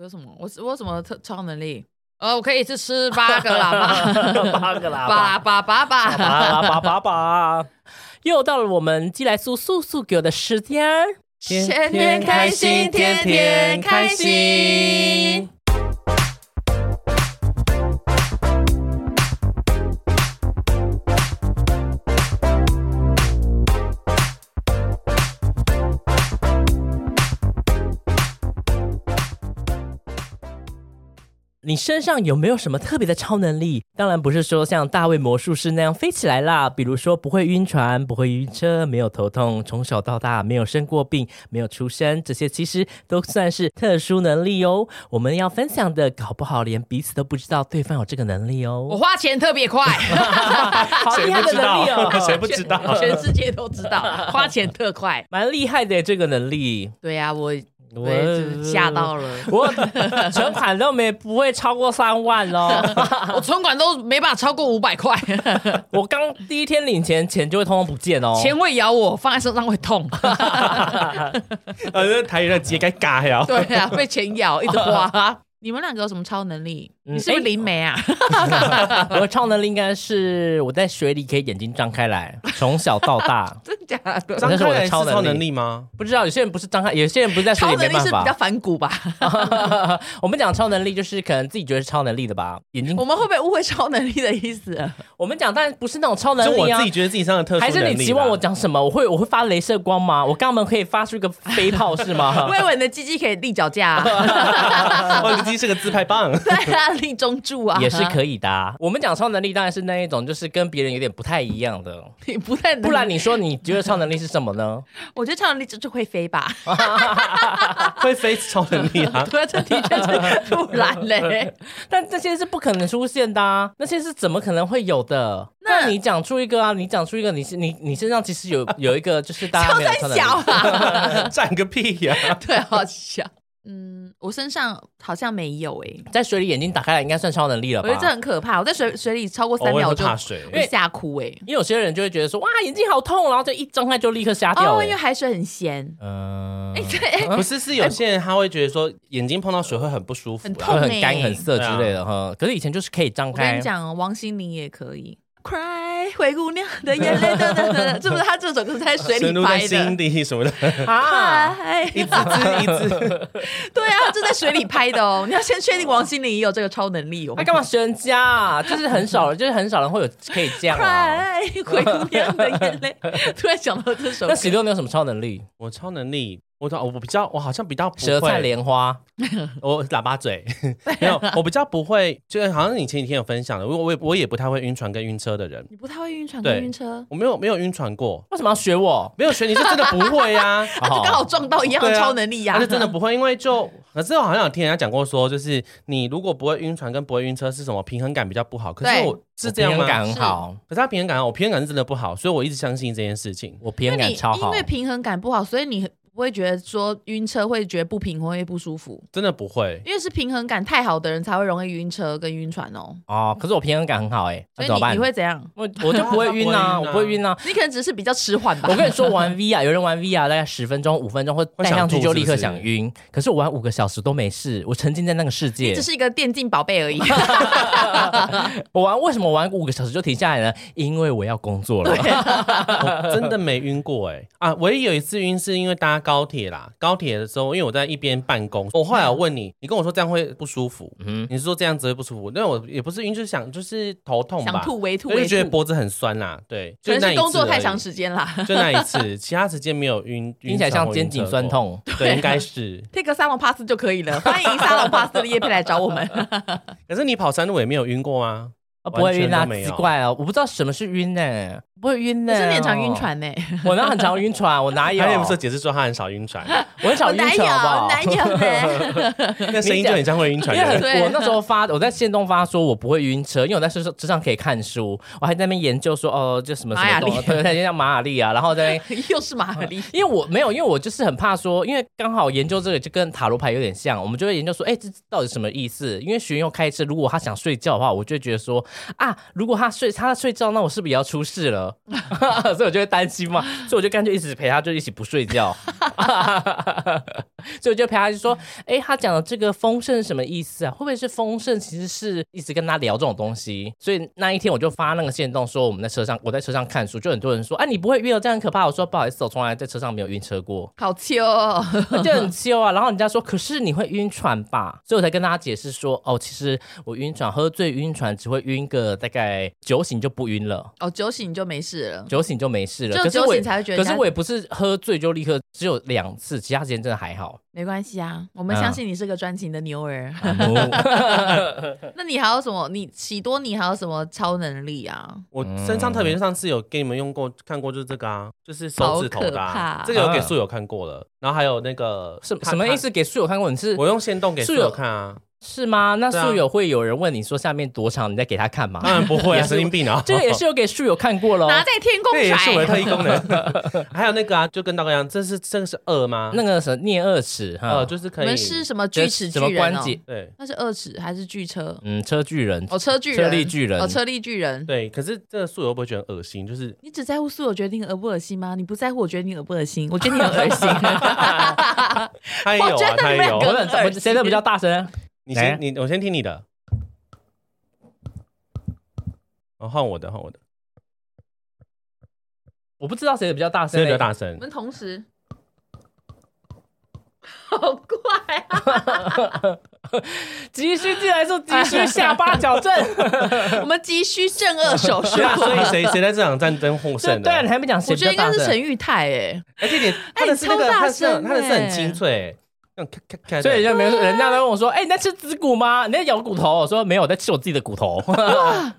有什么？我我有什么特超能力？呃，我可以一次吃八个喇 叭，八个喇叭叭，叭叭叭叭。叭叭叭叭，又到了我们寄来素素素给我的时间儿，天天开心，天天开心。。你身上有没有什么特别的超能力？当然不是说像大卫魔术师那样飞起来啦，比如说不会晕船、不会晕车、没有头痛，从小到大没有生过病、没有出生，这些其实都算是特殊能力哦。我们要分享的，搞不好连彼此都不知道对方有这个能力我哦。花钱特别 快，好厉害的能力 哦， 谁不知道？全世界都知道，花钱特快。蛮厉害的这个能力，对呀、我我对就是吓到了， 我存款都没不会超过三万哦 咯。我存款都没办法超过五百 块，我刚第一天领钱，钱就会通通不见哦。钱会咬我，放在身上会 痛。呃，这台语的节该嘎呀！对啊，被钱咬，一直 花。你们两个有什么超能力？嗯你是不是灵媒啊？我的超能力应该是我在水里可以眼睛张开来，从小到 大 。真的假的？张那是开我来的是超能力超能力吗？不知道有些人不是张开，有些人不是在水超里能没力办是比较法。反骨吧？ 我们讲超能力就是可能自己觉得是超能力的吧，眼 睛。我我们会不会误会超能力的意思？们讲当然不是那种超能就我力啊自己。觉得自己身上的特殊能还力啦，是你期 望我讲什么？我会我会发镭射光吗？我肛门可以发出一个飞炮是 吗？我以为你的鸡鸡可以立脚架、啊， 哦，你自己是个自拍棒， 对啊，立中柱啊，也是 可以的、啊。我们讲超能力当然是那一种，就是跟别人有点不太一样的。以，不太能不然你说你觉得超能力是什么 呢？我觉得超能力就就会飞吧。 会飞是超能力啊！ 对啊，这的确是突然嘞。但这些是不可能出现的、啊，那些是怎么可能会有的？那那你讲出一个啊，你讲出一个，你是你你身上其实有有一个就是大 家超没有三超能力小，啊，占个屁呀！ 对，好笑。嗯，我身上好像没有诶、在水里眼睛打开来应该算超能力了我觉吧？得这很可怕。我在水水里超过三哦我秒也会我就怕水我就吓哭欸诶、因为有些人就会觉得说哇眼睛好痛，然后就一睁开就立刻瞎掉、哦，因欸为。海水很咸。嗯、哎、 对，哎不是，是有些人他会觉得说眼睛碰到水会很不舒服啊很啦，痛会很欸干很涩之类的哈，可是以前就是可以张我跟开你，讲哦，王心凌也可以。Cry，灰姑娘的眼泪，等等等 等，是不是？她这首歌是在水深里入在拍的心。底什么的， 啊，嗨，一直一直对啊，这在水里拍的哦。你要先确定王心凌也有这个超能力 哦那。哎干嘛学人家、啊？就是很少 人，就是很少人会有可以这样、啊。 Cry，灰姑娘的眼泪。突然想到这首歌那，十六你有什么超能力？我超能力，我我我比较，我好像比较不舌灿会，莲花，我喇叭嘴 没有，我比较不会，就是好像你前几天有分享的，我我也我也不太会晕船跟晕车的人，你不太会晕船对跟晕车，我没有没有晕船过，为什么要学我？没有学你是真的不会啊。 啊，就刚好撞到一样的对啊超能力呀他。是真的不会，因为就可是我好像有听人家讲过说，就是你如果不会晕船跟不会晕车是什么平衡感比较不好。可是对我是这样吗？我平衡感很好，可是他平衡感，我平衡感是真的不好，所以我一直相信这件事情。我平因衡为感你超好因。为平衡感不好，所以你不会觉得说晕车会觉得不平衡会不舒服，真的 不会，因为是平衡感太好的人才会容易晕车跟晕船哦。哦，可是我平衡感很好哎、所那以怎么你办？你会怎样？我 我就不会晕啊，不会晕啊我不会晕啊。你可能只是比较迟缓吧啊我。跟你说，玩 VR 有人玩 VR 大概十分钟、五分钟会戴上去就立刻想晕，可是我玩五个小时都没事，我沉浸在那个世界只。是一个电竞宝贝而已。我玩为什么玩五个小时就停下来呢？因为我要工作了。我真的没晕过哎、啊！唯一有一次晕是因为搭高铁啦，高铁的时候，因为我在一边办公，我后来有问你，你跟我说这样会不舒服，嗯，你是说这样子会不舒服？那我也不是晕，就是想就是头痛吧，想吐微吐我就微觉得吐，脖子很酸啦，对，就可那能是一次工作而太已长时间啦。 就那一次，其他时间没有晕， 听起来像肩颈酸。痛。对，应该是。贴个沙龙帕斯就可以了，欢迎沙龙帕斯的叶佩来找我 们。可是你跑山路也没有晕过吗？啊，不会晕啊，完全都没有奇怪哦，我不知道什么是晕呢、不会晕呢、可是你很常晕，船呢、 我哪很常晕船，我哪有？他也哎不是解释说他很少晕船， 我很少我晕哪有船，好不好？哪有 呢？那声音就很像会晕船因为的很人。对我那时候发，我在线动发说我不会晕车，因为我在车上车上可以看书，我还在那边研究说哦，就什么什玛雅么历东，对对，就像马雅丽啊，然后在那边。又是马尔利，因为我没有，因为我就是很怕说，因为刚好研究这个就跟塔罗牌有点像，我们就会研究说，哎、这到底什么意思？因为学员又开车，如果他想睡觉的话，我就会觉得说，啊，如果他睡他睡觉，那我是不是也要出事了？ 了，所以我就会担心嘛，所以我就干脆一直陪他，就一起不睡觉。 所以我就陪他就说，哎、他讲的这个丰盛是什么意思啊？会不会是丰盛其实是一直跟他聊这种东西？所以那一天我就发那个线动说我们在车上，我在车上看书，就很多人说，啊，你不会晕哦，这样很可怕。我说不好意思，我从来在车上没有晕车过。 好秋、哦，就很羞啊。然后人家说，可是你会晕船吧？所以我才跟大家解释说，哦，其实我晕船，喝醉晕船只会晕个大概酒醒就不晕了，哦，酒醒就没事了。酒醒就没事了。就可是我酒也醒才会觉得可人家是我也不是喝醉就立刻，只有两次，其他时间真的还 好。没关系啊，我们嗯相信你是个专情的牛 儿。那你还有什么？你喜多，你还有什么超能力啊？我身上特别上次有给你们用过看过，就是这个啊，就是手指头的、好可啊怕，这个有给素友看过了，然后还有那个嗯什他什么意？思？给素友看过你是他我用线动给素素友友看啊，是吗？那对啊素友会有人问你说下面多长，你再给他看吗当？然不会啊，也是神经病啊， 这个也是有给素友看过喽。拿在天空这也是我的特甩，异功能。还有那个啊，就跟大哥一样，这是这个是二吗？那个嗯什么颞二尺哈，呃，就 是我可以们是什么这锯齿什么哦巨人关哦？节？对那是二尺还是巨车？嗯，车巨人哦，车巨人，车力巨人哦，车力巨人。对，可是这个素友会不会觉得很恶心？就是你只在乎素有决定恶不恶心吗？你不在乎我决定恶不恶心？我觉得你很恶 心。他也有我觉啊，得他你也们两。有哦我个很我谁的比较大声？你来先你我先听你的，哦，换我的换我的，我不知道谁的比较大声欸，谁比较大我声？们同时，好怪啊！急需进来说急需下巴矫 正， 我们急需正二手术对。 啊，所以谁谁在这场战争获对胜的？对啊，你还没讲谁 我比觉得较应大该是陈声，玉泰哎，而且你他的是那个，超大他的是声他的是很欸清脆，那种咔咔咔的。所以就没人人家都问我说，哎，你在吃子骨吗？你在咬骨头？我说没有，我在吃我自己的骨头。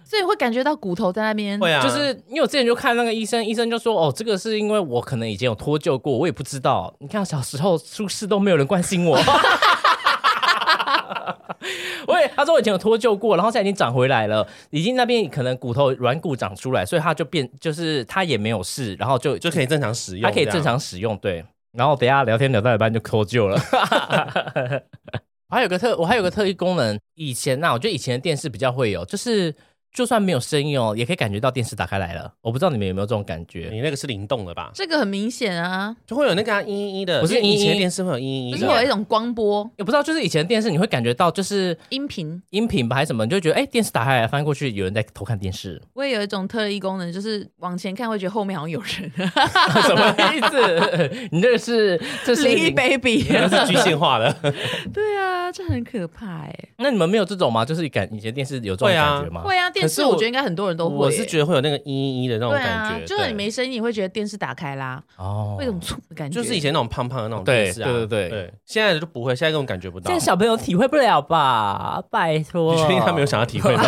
所以会感觉到骨头在那边。会啊，就是因为我之前就看那个医生，医生就说哦，这个是因为我可能以前有脱臼过，我也不知道。你看小时候出事都没有人关心我。 我也，他说我以前有脱臼过，然后现在已经长回来了，已经那边可能骨头软骨长出来，所以他就变，就是他也没有事，然后就就可以正常使用，它可以正。常使用，对。然后等一下聊天聊到一半就脱臼了。 我还有个特，我还有个特异功能，以前呐、我觉得以前的电视比较会有，就是就算没有声音哦，也可以感觉到电视打开来了。我不知道你们有没有这种感觉？你那个是灵动的吧？这个很明显啊，就会有那个啊嘤嘤嘤的，不是因为以前嘤嘤电视会有嘤嘤就嘤是会有一的。种光波也不知道，就是以前的电视你会感觉到，就是音频。音频吧还是什么，你就会觉得哎，电视打开来翻过去，有人在偷看电视， 我也有一种特异功能，就是往前看会觉得后面好像有人。啊 什么意思？ 你这个是这是林你 baby，啊那 是具现化的，对啊，这很可怕哎、那你们没有这种吗？就是感以前电视有这种会啊感觉吗？会啊，电视我我觉得应该很多 人都会、我是觉得会有那个嘤嘤嘤的那得种对感啊，觉，就是你对没声音，你会觉得电视打开啦，哦会有种触的感觉。就是以前那种胖胖的那种对电视啊，对对对对，现在就不会，现在根本感觉不这到。样小朋友体会不了吧？拜托，你确定他没有想要体会吗？？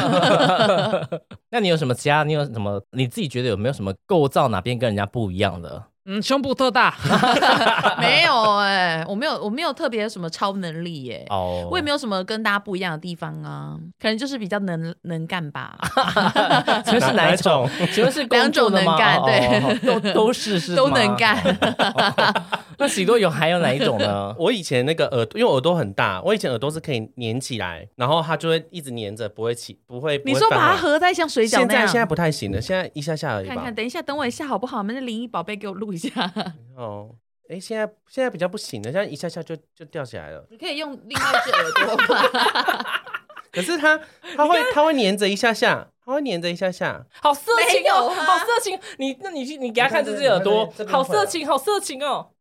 那你有什么其他？你有什么？你自己觉得有没有什么构造哪边跟人家不一样的？嗯，胸部特大， 没有哎、我没有，我没有特别什么超能力耶、哦我也没有什么跟大家不一样的地方啊，可能就是比较能能干吧，有，请问是哪一种？请问是工作的吗两种能干哦哦哦都都是是吗都能。 干。那喜多有还有哪一种呢 我以前那个耳，因为我耳朵很大，我以前耳朵是可以粘起来，然后它就会一直粘着，不会起，不会。不你会说翻把它来合在像水饺现那在样，现在不太行了，现在一下下而已吧。看看，等一下，等我一下好不好？我们的灵异宝贝给我录一 下，哦，哎，现在现在比较不行了，现在一下下就就掉起来了。你可以用另外一只耳朵 吧。可是它它会它会粘着一下下，它会粘着一下下。好色情没有哦，啊好色情！你那你去你给他看这只你看耳这边朵这，边好色情，好色情哦。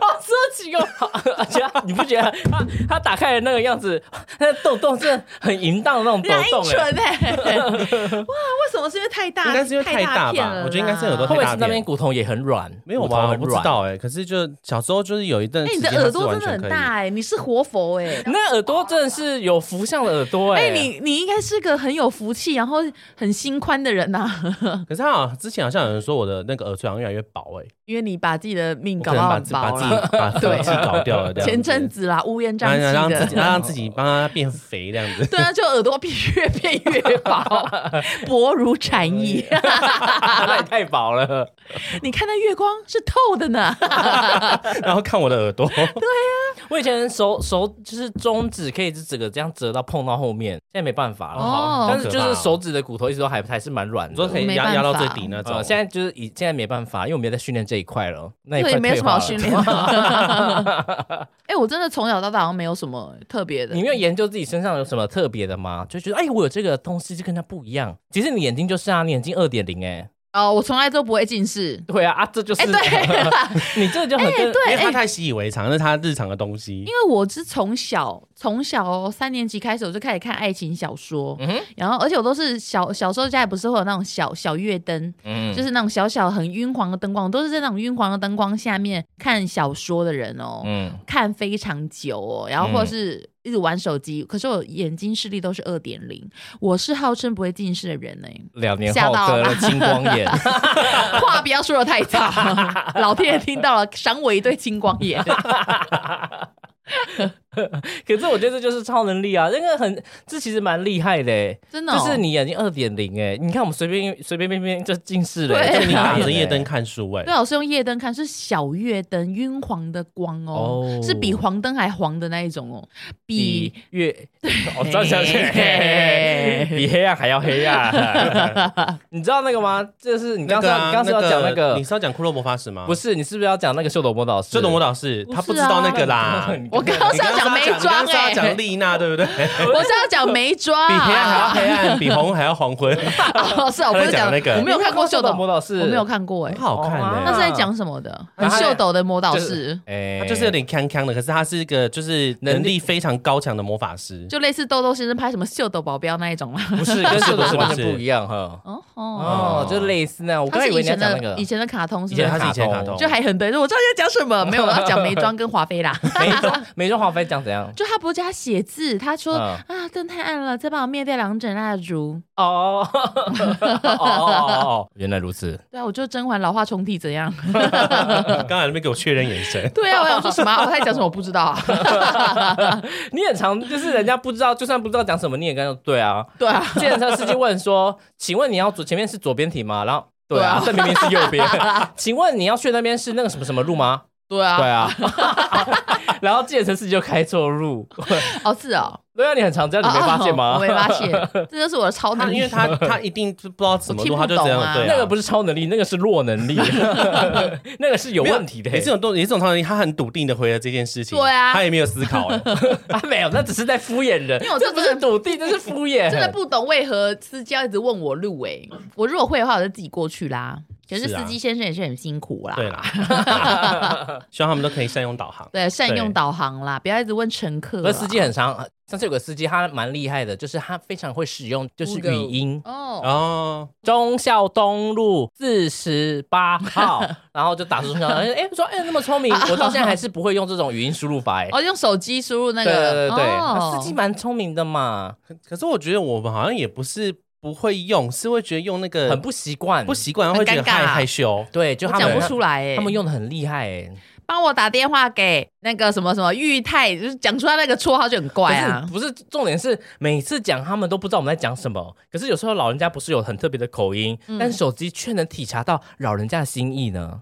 好色情哦！好而且他你不觉得他他打开的那个样子，那个洞洞是很淫荡的那种抖来动哎、蠢哎、 哇，为什么是因为太大？欸应该是因为太大吧片了啦哎我觉得应该是耳朵会不太会大是那边骨头也很软？没有骨头吧？我很不知软道哎、可是就小时候就是有一段哎、时你间的它耳是朵完真的全可很以。大哎、你是活佛哎、你那耳朵真的是有福相的耳朵哎、哎、 你你应该是个很有福气，然后很心宽的人呐、 可是它好像之前好像有人说我的那个耳垂好像越来越薄哎、因为你把把自己的命我搞可到能把很自把薄自啦。己 把对啊自己搞掉了，这样前子阵子啦，乌烟瘴让让自气己 的。让自己帮他变肥这样 子。对啊，就耳朵变越变越薄， 薄如蝉翼。哎那也太薄了。你看那月光是透的呢。然后看我的耳朵，哦我以前手手就是中指可以是整个这样折到碰到后面，现在没办法了。哦但是就是手指的骨头一直都还还是蛮软你的说。可以没压办压到法最底那种。呃，现在就是以现在没办法，因为我没有在训练这一块了，那一对，块没有什退么化好了训练的。 哎、我真的从小到大好像没有什么特别的你。没有研究自己身上有什么特别的吗？就觉得哎，我有这个东西就跟他不一样。其实你眼睛就是啊，你眼睛二点零哎，哦，我从来都不会近视。对啊啊，这就是、哎、对啦， 你这就很跟、对哎因为他太习以为常，那是他日常的东西因。为我是从小从小哦三年级开始我就开始看爱情小说，嗯然后而且我都是小小时候家里不是会有那种小小月灯，嗯就是那种小小很晕黄的灯光，我都是在那种晕黄的灯光下面看小说的人哦，嗯，看非常久哦，然后或者是一直玩手机，可是我眼睛视力都是二点零，我是号称不会近视的人呢、两年吓后到得了 了青光眼，话不要说的太 早，老天爷听到了，赏我一对青光眼。 可是我觉得这就是超能力啊，那个很这其实蛮厉害的欸，真的哦、就是你眼睛二点零哎，你看我们随便随便便便就近视了欸，对啊就你你打着眼夜欸灯看书，哎对，啊，我是用夜灯看，是小月灯，晕黄的光哦，哦是比黄灯还黄的那一种哦，比比越我知道想 起来嘿比黑暗还要黑暗。 你知道那个吗？就是你刚那刚个啊刚刚是要讲那个你，是要讲骷髅魔法使吗？不，是？你是不是要讲那个秀斗魔导士？这种魔导士不是啊他不知道那个啦。 你我刚刚你是要刚讲刚眉是要庄啊你刚刚哎、是要讲丽娜，对不对？比 我是要讲眉妆，黑暗还要黑暗，比红还要黄 昏， 哦，是啊我不他是在讲那个我没有看过秀秀斗斗魔导士，我没有看过哎、很好看哦那哎。是在讲什么的？很啊秀斗的魔导就士，是就哎他就是有点康康的，可是他是一个就是能力非常高强的魔法师。类似豆豆先生拍什么秀斗保镖那一种啦。不 是跟秀斗不是完不全是不一样哈。哦哦，哦，就类似那样。我他刚是以为以你要前讲那的个以前的卡通是以不前是他？是以前卡卡通通，就还很对，我知道要讲什么，没有，我要讲眉庄跟华妃啦。梅中梅中华妃讲怎样？就他不是叫他写字，他说、嗯啊灯太暗了，再帮我灭掉两盏蜡 烛。哦哦哦哦，原来如此。对啊，我就甄嬛老化重替怎样？，刚才那边给我确认眼神 对啊，我想说什么啊、我在讲什么？我不知道啊。 你很常就是人家不知道，就算不知道讲什么，你也跟他说对啊。对啊，计程车司机问说：“请问你要左前面是左边停吗？”然后对啊，这明明是右边。请问你要去那边是那个什么什么路吗？对啊，对啊。然后计程车司机就开错路。哦是哦，对啊，你很常这样，你没发现哦吗我？没发 现，这就是我的超 他能力。因为他他一定不知道怎么录，我他听不就懂这样啊对啊。那个不是超能力，那个是弱能力，那个是有问题的。也是有动，也是种超能力，他很笃定的回了这件事情。对啊他也没有思考、 哎啊，没有，那只是在敷衍人。因为我这真不的是笃定，这是敷衍。真的不懂为何司机要一直问我路诶、我如果会的话，我就自己过去啦。可是是啊司机先生也是很辛苦啦，对啦， 希望他们都可以善用导航。对善用对导航啦，不要一直问乘客啊啦。而司机很常，上次有个司机他蛮厉害的，就是他非常会使用就是语 Google 音，哦，哦，忠孝东路四十 八号，然后就打出忠孝，哎、诶说哎、那么聪明，我到现在还是不会用这种语音输入法哎、哦，用手机输入那对个，对对对，哦司机蛮聪明的嘛，可可是我觉得我们好像也不是不会用，是会觉得用那个很不哦习惯，不习惯，很会觉得尴尬害啊害羞。对，就我他讲们不出来哎、他们用的很厉害哎、帮我打电话给那个什么什么裕泰，就是讲出他那个绰号就很怪啊。不是不是重点是每次讲他们都不知道我们在讲什么，可是有时候老人家不是有很特别的口音，嗯但是手机却能体察到老人家的心意呢。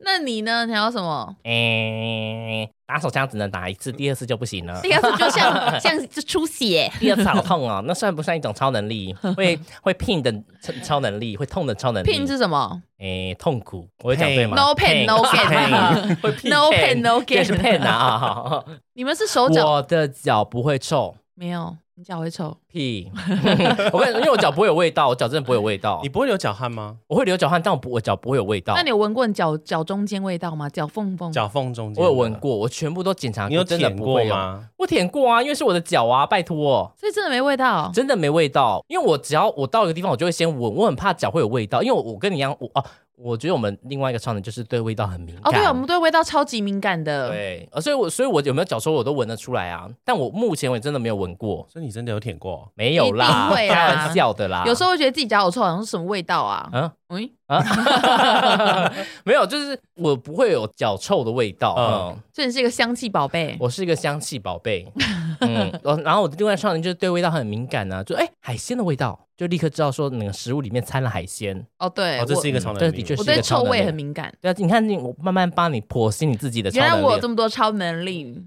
那你呢？你还有什么？ 哎、打手枪只能打一嗯次，第二次就不行 了。第二次就像像就出血，第二次好痛哦，那 算不算一种超能力？会会 pain 的超超能力，会痛的超能力。 pin 是什么？诶、痛苦，我会讲对吗 No pain, no gain 会 pain No pain, no gain 也是 pain 啊。你们是手脚我的脚不会臭。没有？你脚会臭？屁！ 我跟因为我脚不会有味道，我脚真的不会有味道你。不会流脚汗吗？我会流脚汗，但我不我脚不会有味道那。你有闻过你脚脚中间味道吗？脚缝缝？脚缝中间，我有闻，过，我全部都检查你有真的舔不过会有？吗？我舔过啊，因为是我的脚啊，拜托。所以真的没味道。真的没味道，因为我只要我到一个地方，我就会先闻，我很怕脚会有味道，因为我我跟你一样，我哦、我觉得我们另外一个超能就是对味道很敏感。哦，对，我们对味道超级敏感的。对，呃所以我所以我有没有脚臭我都闻得出来啊，但我目前为止真的没有闻过，所以你真的有舔过？没有啦，一定会啊开啦玩笑的啦。有时候会觉得自己脚有臭，好像是什么味道啊？啊，嗯，没有，就是我不会有脚臭的味道。嗯嗯，所以你是一个香气宝贝。我是一个香气 宝贝。嗯，我然后我的另外超能力就是对味道很敏感啊，就哎、海鲜的味道，就立刻知道说那个食物里面掺了海鲜。哦，对，哦，这我是一个超能这力，的确我是一对个超臭能味力很敏感。对啊，你看你我慢慢帮你剖析你自己的超原来我能有力。这么多超能力，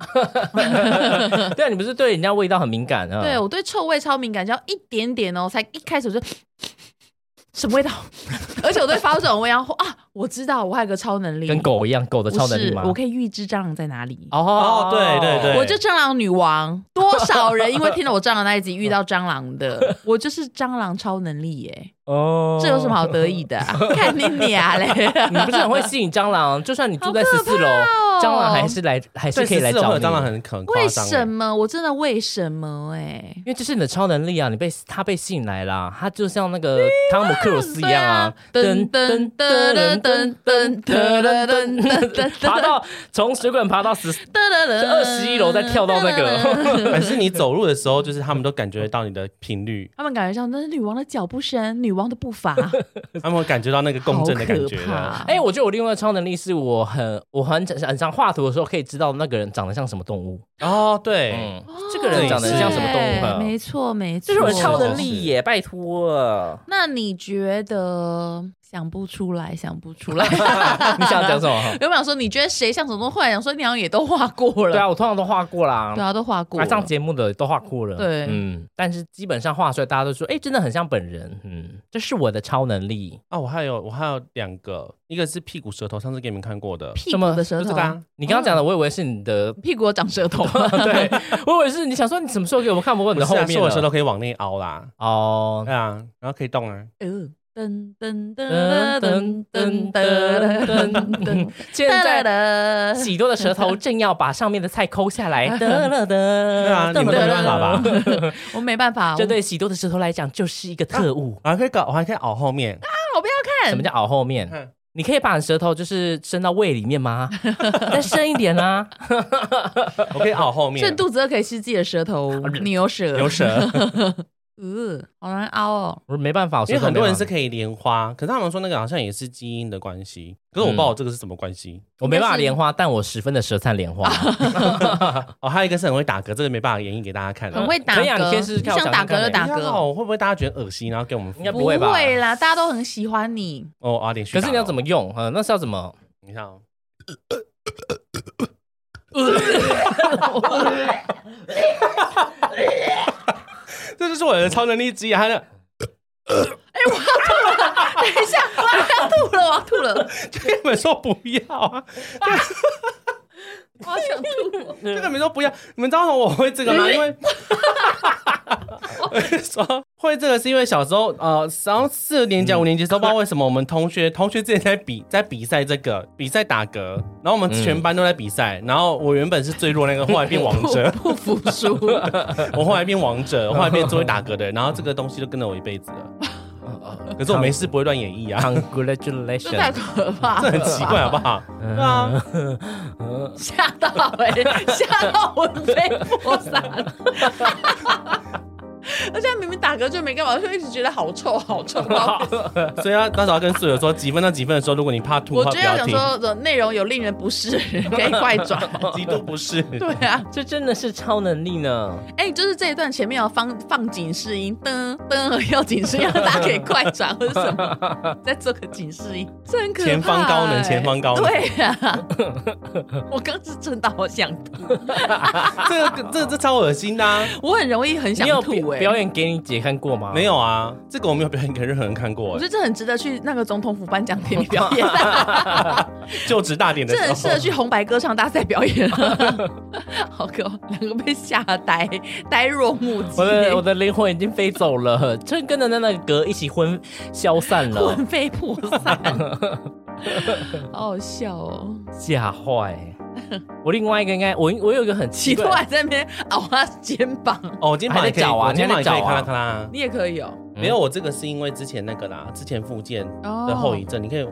对啊，你不是对人家味道很敏感啊？对我对臭味超敏感，只要一点点哦，才一开始我就 什么味道， 而且我对发出这种味道啊，我知道我还有个超能力，跟狗一样，狗的不超能力是吗？我可以预知蟑螂在哪里。哦哦对对对我就蟑螂女王，多少人因为听了我蟑螂那一集遇 到蟑螂的，我就是蟑螂超能力耶，哦这有什么好得意的、 啊？看你俩嘞！你不是很会吸引蟑螂？就算你住在十四楼，哦蟑螂还是来还是对，可以来14找会有你。蟑螂很很夸为张欸，什么？我真的为什么、欸？因为这是你的超能力啊！你被它被吸引来啦，它就像那个汤姆克鲁斯一样啊，对啊噔噔噔噔噔噔噔噔噔爬到从水管爬到十哎，噔噔这噔， 21楼再跳到那个噔噔噔， 还是你走路的时候，就是他们都感觉到你的频 率， 他们感觉像那是女王的脚步声，女王的步伐，他们会感觉到那个共振的感觉好可的。怕。哎、我觉得我另外的超能力是我很我很很常画图的时候可以知道那个人长得像什么动物。哦，对，嗯，这个人长得像什么对动物？嗯没错，没错，这是我的超能是是力耶，拜托。那你觉得想不出来，想不出来？ 你想讲什么？ 原本想说你觉得谁像什么东西，后来想说你好像也都画过了，对啊，我通常都画过啦。对啊，都画过来了。上节目的都画过了，对嗯，但是基本上画出来，大家都说，哎、真的很像本人，嗯，这是我的超能力。啊，我还有我还有两个，一个是屁股舌头，上次给你们看过的，屁什股么的舌就这头个，啊，你刚刚讲哦的，我以为是你的， 屁股有长舌头，啊 对我以为是你想说，你什么时候给我们看不过你不的是后啊，面是我舌了头可以往内凹啦，哦对，啊，然后可以动啊，嗯噔噔噔噔噔噔噔噔噔噔噔噔噔，现噔在噔，喜多的舌头正要把上面的菜抠下 来，噔噔噔，对对啊，你们都没办法吧？ 我没办法，这我对喜多的舌头来讲就是一个特务。我还可以搞，我还可以熬后 面，我不要看什么叫熬后面？嗯你可以把你舌头就是伸到胃里面 吗？再深一点啊啦、我可以熬后面 这，肚子饿可以吃自己的舌 头，啊牛舌，牛， 舌，嗯，好难凹哦。我说没办法，我舌因为头很多人没办法是可以莲花，可是他们说那个好像也是基因的关系，可是我不知道我这个是什么关系。我没办法莲花，但我啊十分的舌灿莲花。哦，还有一个是很会打嗝，这个没办法演绎给大家看很了。会打可以啊你嗝，先试试看想我想打看嗝就看欸打嗝，哦，会不会大家觉得恶心，然后给我们应该不不会吧会啦，大家都很喜欢 你。哦啊连续 打可哦？是你要怎么用？呃，那是要怎 么？你看哦， 这就是我的超能力之一啊。他的等一下，我要吐了，我要吐了，这个本说不要啊， 我要想吐了。这个本说不要。你们知道为什么我会这个吗？因为我是说会这个是因为小时候呃，然后四年嗯级、五年级的时候，不知道为什么我们同学同学之前在比在比赛这个比赛打嗝，然后我们嗯全班都在比赛，然后我原本是最弱那个，后来变王 者。不服输， 我后来变王者，我后来变最会打嗝的人，然后这个东西就跟了我一辈子了。嗯可是我没事不会乱演绎啊，这太 Congratulations！可怕这了，很奇怪哦好不好？嗯对啊，吓到哎、吓到魂飞魄散。 而且明明打嗝就没干嘛，就一直觉得好臭好臭。 啊所以要到时候要跟室友说几分到几分的时候，如果你怕吐我的话，觉不得要要想听，说的内容有令人不适，可以快转。 极度不适。对啊， 这真的是超能力呢！哎、就是这一段前面要放放警示音，噔噔要警示音，让大家可以快转或者什么，再做个警示音，这很可怕、前方高能哎前方高能对啊，我刚是真的好想吐，这个这这超恶心的啊，我很容易很你想有吐表哎、表演给你姐看过吗？没有啊，这个我没有表演给任何人看我过觉，得哦这很值得去那个总统府颁奖典礼表演，就职大典的这时很适合候。去红白歌唱大赛表演、啊好可怕，两个被吓呆，呆若木鸡我，的我的灵魂已经飞走了，这跟着那那个嗝一起昏消散 了，魂飞魄散，好好笑哦。吓坏！我另外一个应该，我我有一个很奇喜多怪，还在那边熬他肩膀，哦，我今天还在也可以找啊我今天也可以你还在找啊看啦看啦。你也可以哦。嗯没有，我这个是因为之前那个啦，之前附件哦的后遗症，你可以你可以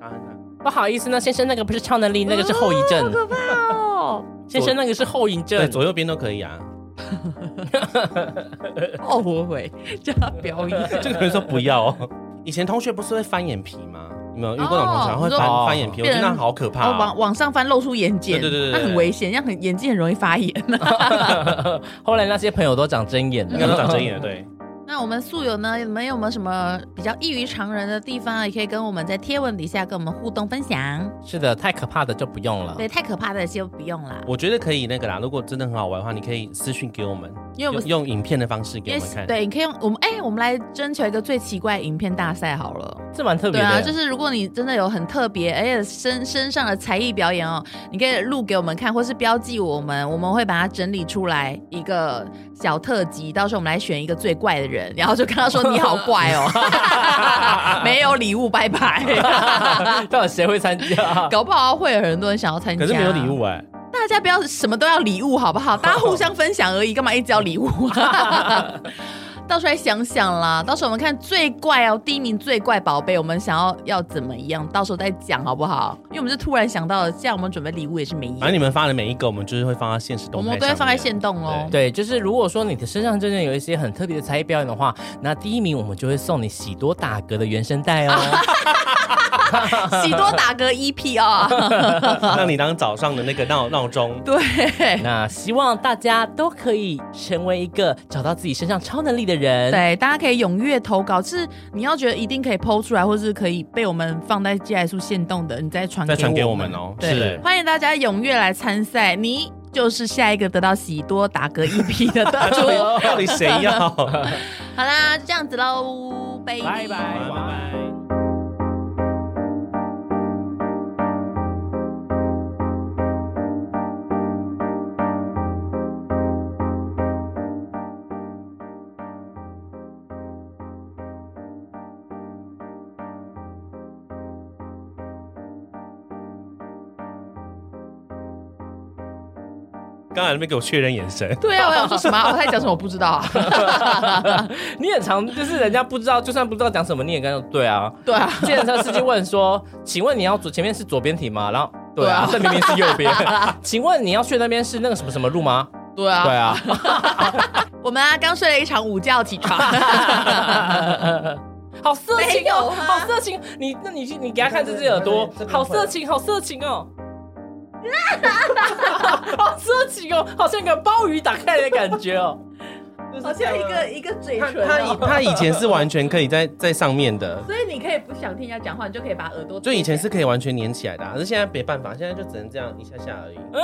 看看。不好意思，那先生那个不是超能力，那个是后遗症，可怕哦！先生那个是后遗对，症。左右边都可以 啊。懊悔叫他表演，这个人说不要哦，以前同学不是会翻眼皮吗？你们有遇过那种同学哦会你说翻翻眼皮？我觉得变成那好可怕然后哦、往往上翻，露出眼睑，对对对对对那很危险，这样很眼睛很容易发炎。 后来那些朋友都长针眼应该都了，长针眼嗯了，对。那我们宿友呢，你们有没有什么比较异于常人的地方啊？也可以跟我们在贴文底下跟我们互动分享。 是的，太可怕的就不用了。对，太可怕的就不用啦，我觉得可以那个啦，如果真的很好玩的话，你可以私信给我们，因为我用们用影片的方式给因我为们看。对，你可以用我们哎、我们来征求一个最奇怪的影片大赛好了。这蛮特别对的，啊， 就是如果你真的有很特别，而且身身上的才艺表演哦，你可以录给我们看，或是标记我们，我们会把它整理出来一个小特辑，到时候我们来选一个最怪的人，然后就跟他说你好怪 哦，没有礼物，拜拜。啊到底谁会 参加？搞不好会有很多人想要参加，可是没有礼，物哎、大家不要什么都要礼物好不 好？大家互相分享而已，干嘛一直要礼物？啊到时候来想想啦，到时候我们看最怪哦，第一名最怪宝贝，我们想要要怎么样，到时候再讲好不好？因为我们是突然想到的，这样我们准备礼物也是没反正用，你们发的每一个，我们就是会放到现实我动态们都会放在上面啊线动哦。对，就是如果说你的身上真的有一些很特别的才艺表演的话，那第一名我们就会送你喜多打嗝的原声带哦。啊 喜多打歌 EP 啊，让你当早上的那个闹闹钟。对。那希望大家都可以成为一个找到自己身上超能力的人。对，大家可以踊跃投稿，是你要觉得一定可以剖出来，或是可以被我们放在寄来书线动的，你再传再传给我我们哦对是欢迎大家踊跃来参赛，你就是下一个得到喜多打嗝 EP 的 得主。到底谁要？ 好啦，就这样子喽，拜拜拜，晚安。刚才那边给我确认眼神。对啊，我想说什么 啊、我在讲什么？我不知道、啊。你很常就是人家不知道，就算不知道讲什么，你也跟他说对啊。对啊，计程车司机问说：“请问你要左前面是左边停吗？”然后对啊，这对明明是右边。请问你要去那边是那个什么什么路吗？对啊，对啊。我们啊刚睡了一场午觉起床。 好色没情有哦，啊好色情！你那你去你给他看这只耳朵这边，会好色情，好色情哦！ 好色情哦，好像一个鲍鱼打开来的感觉哦。好啊像一个一个嘴他唇、他以哦， 他以前是完全可以在在上面的，所以你可以不想听人家讲话，你就可以把耳朵就以前贴起是可以完全粘起来的啊、可是现在没办法，现在就只能这样一下下而已。嗯，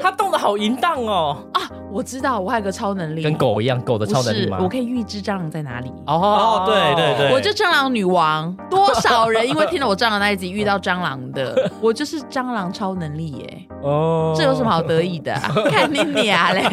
它动的好淫荡哦，来啊，我知道，我还有个超能力，跟狗一样，狗的超能力不是吗我？可以预知蟑螂在哪里。哦对对对我就蟑螂女王，多少人因为听了我蟑螂那一 集遇到蟑螂的，我就是蟑螂超能力耶、哦这有什么好得意的、啊？看你你啊嘞！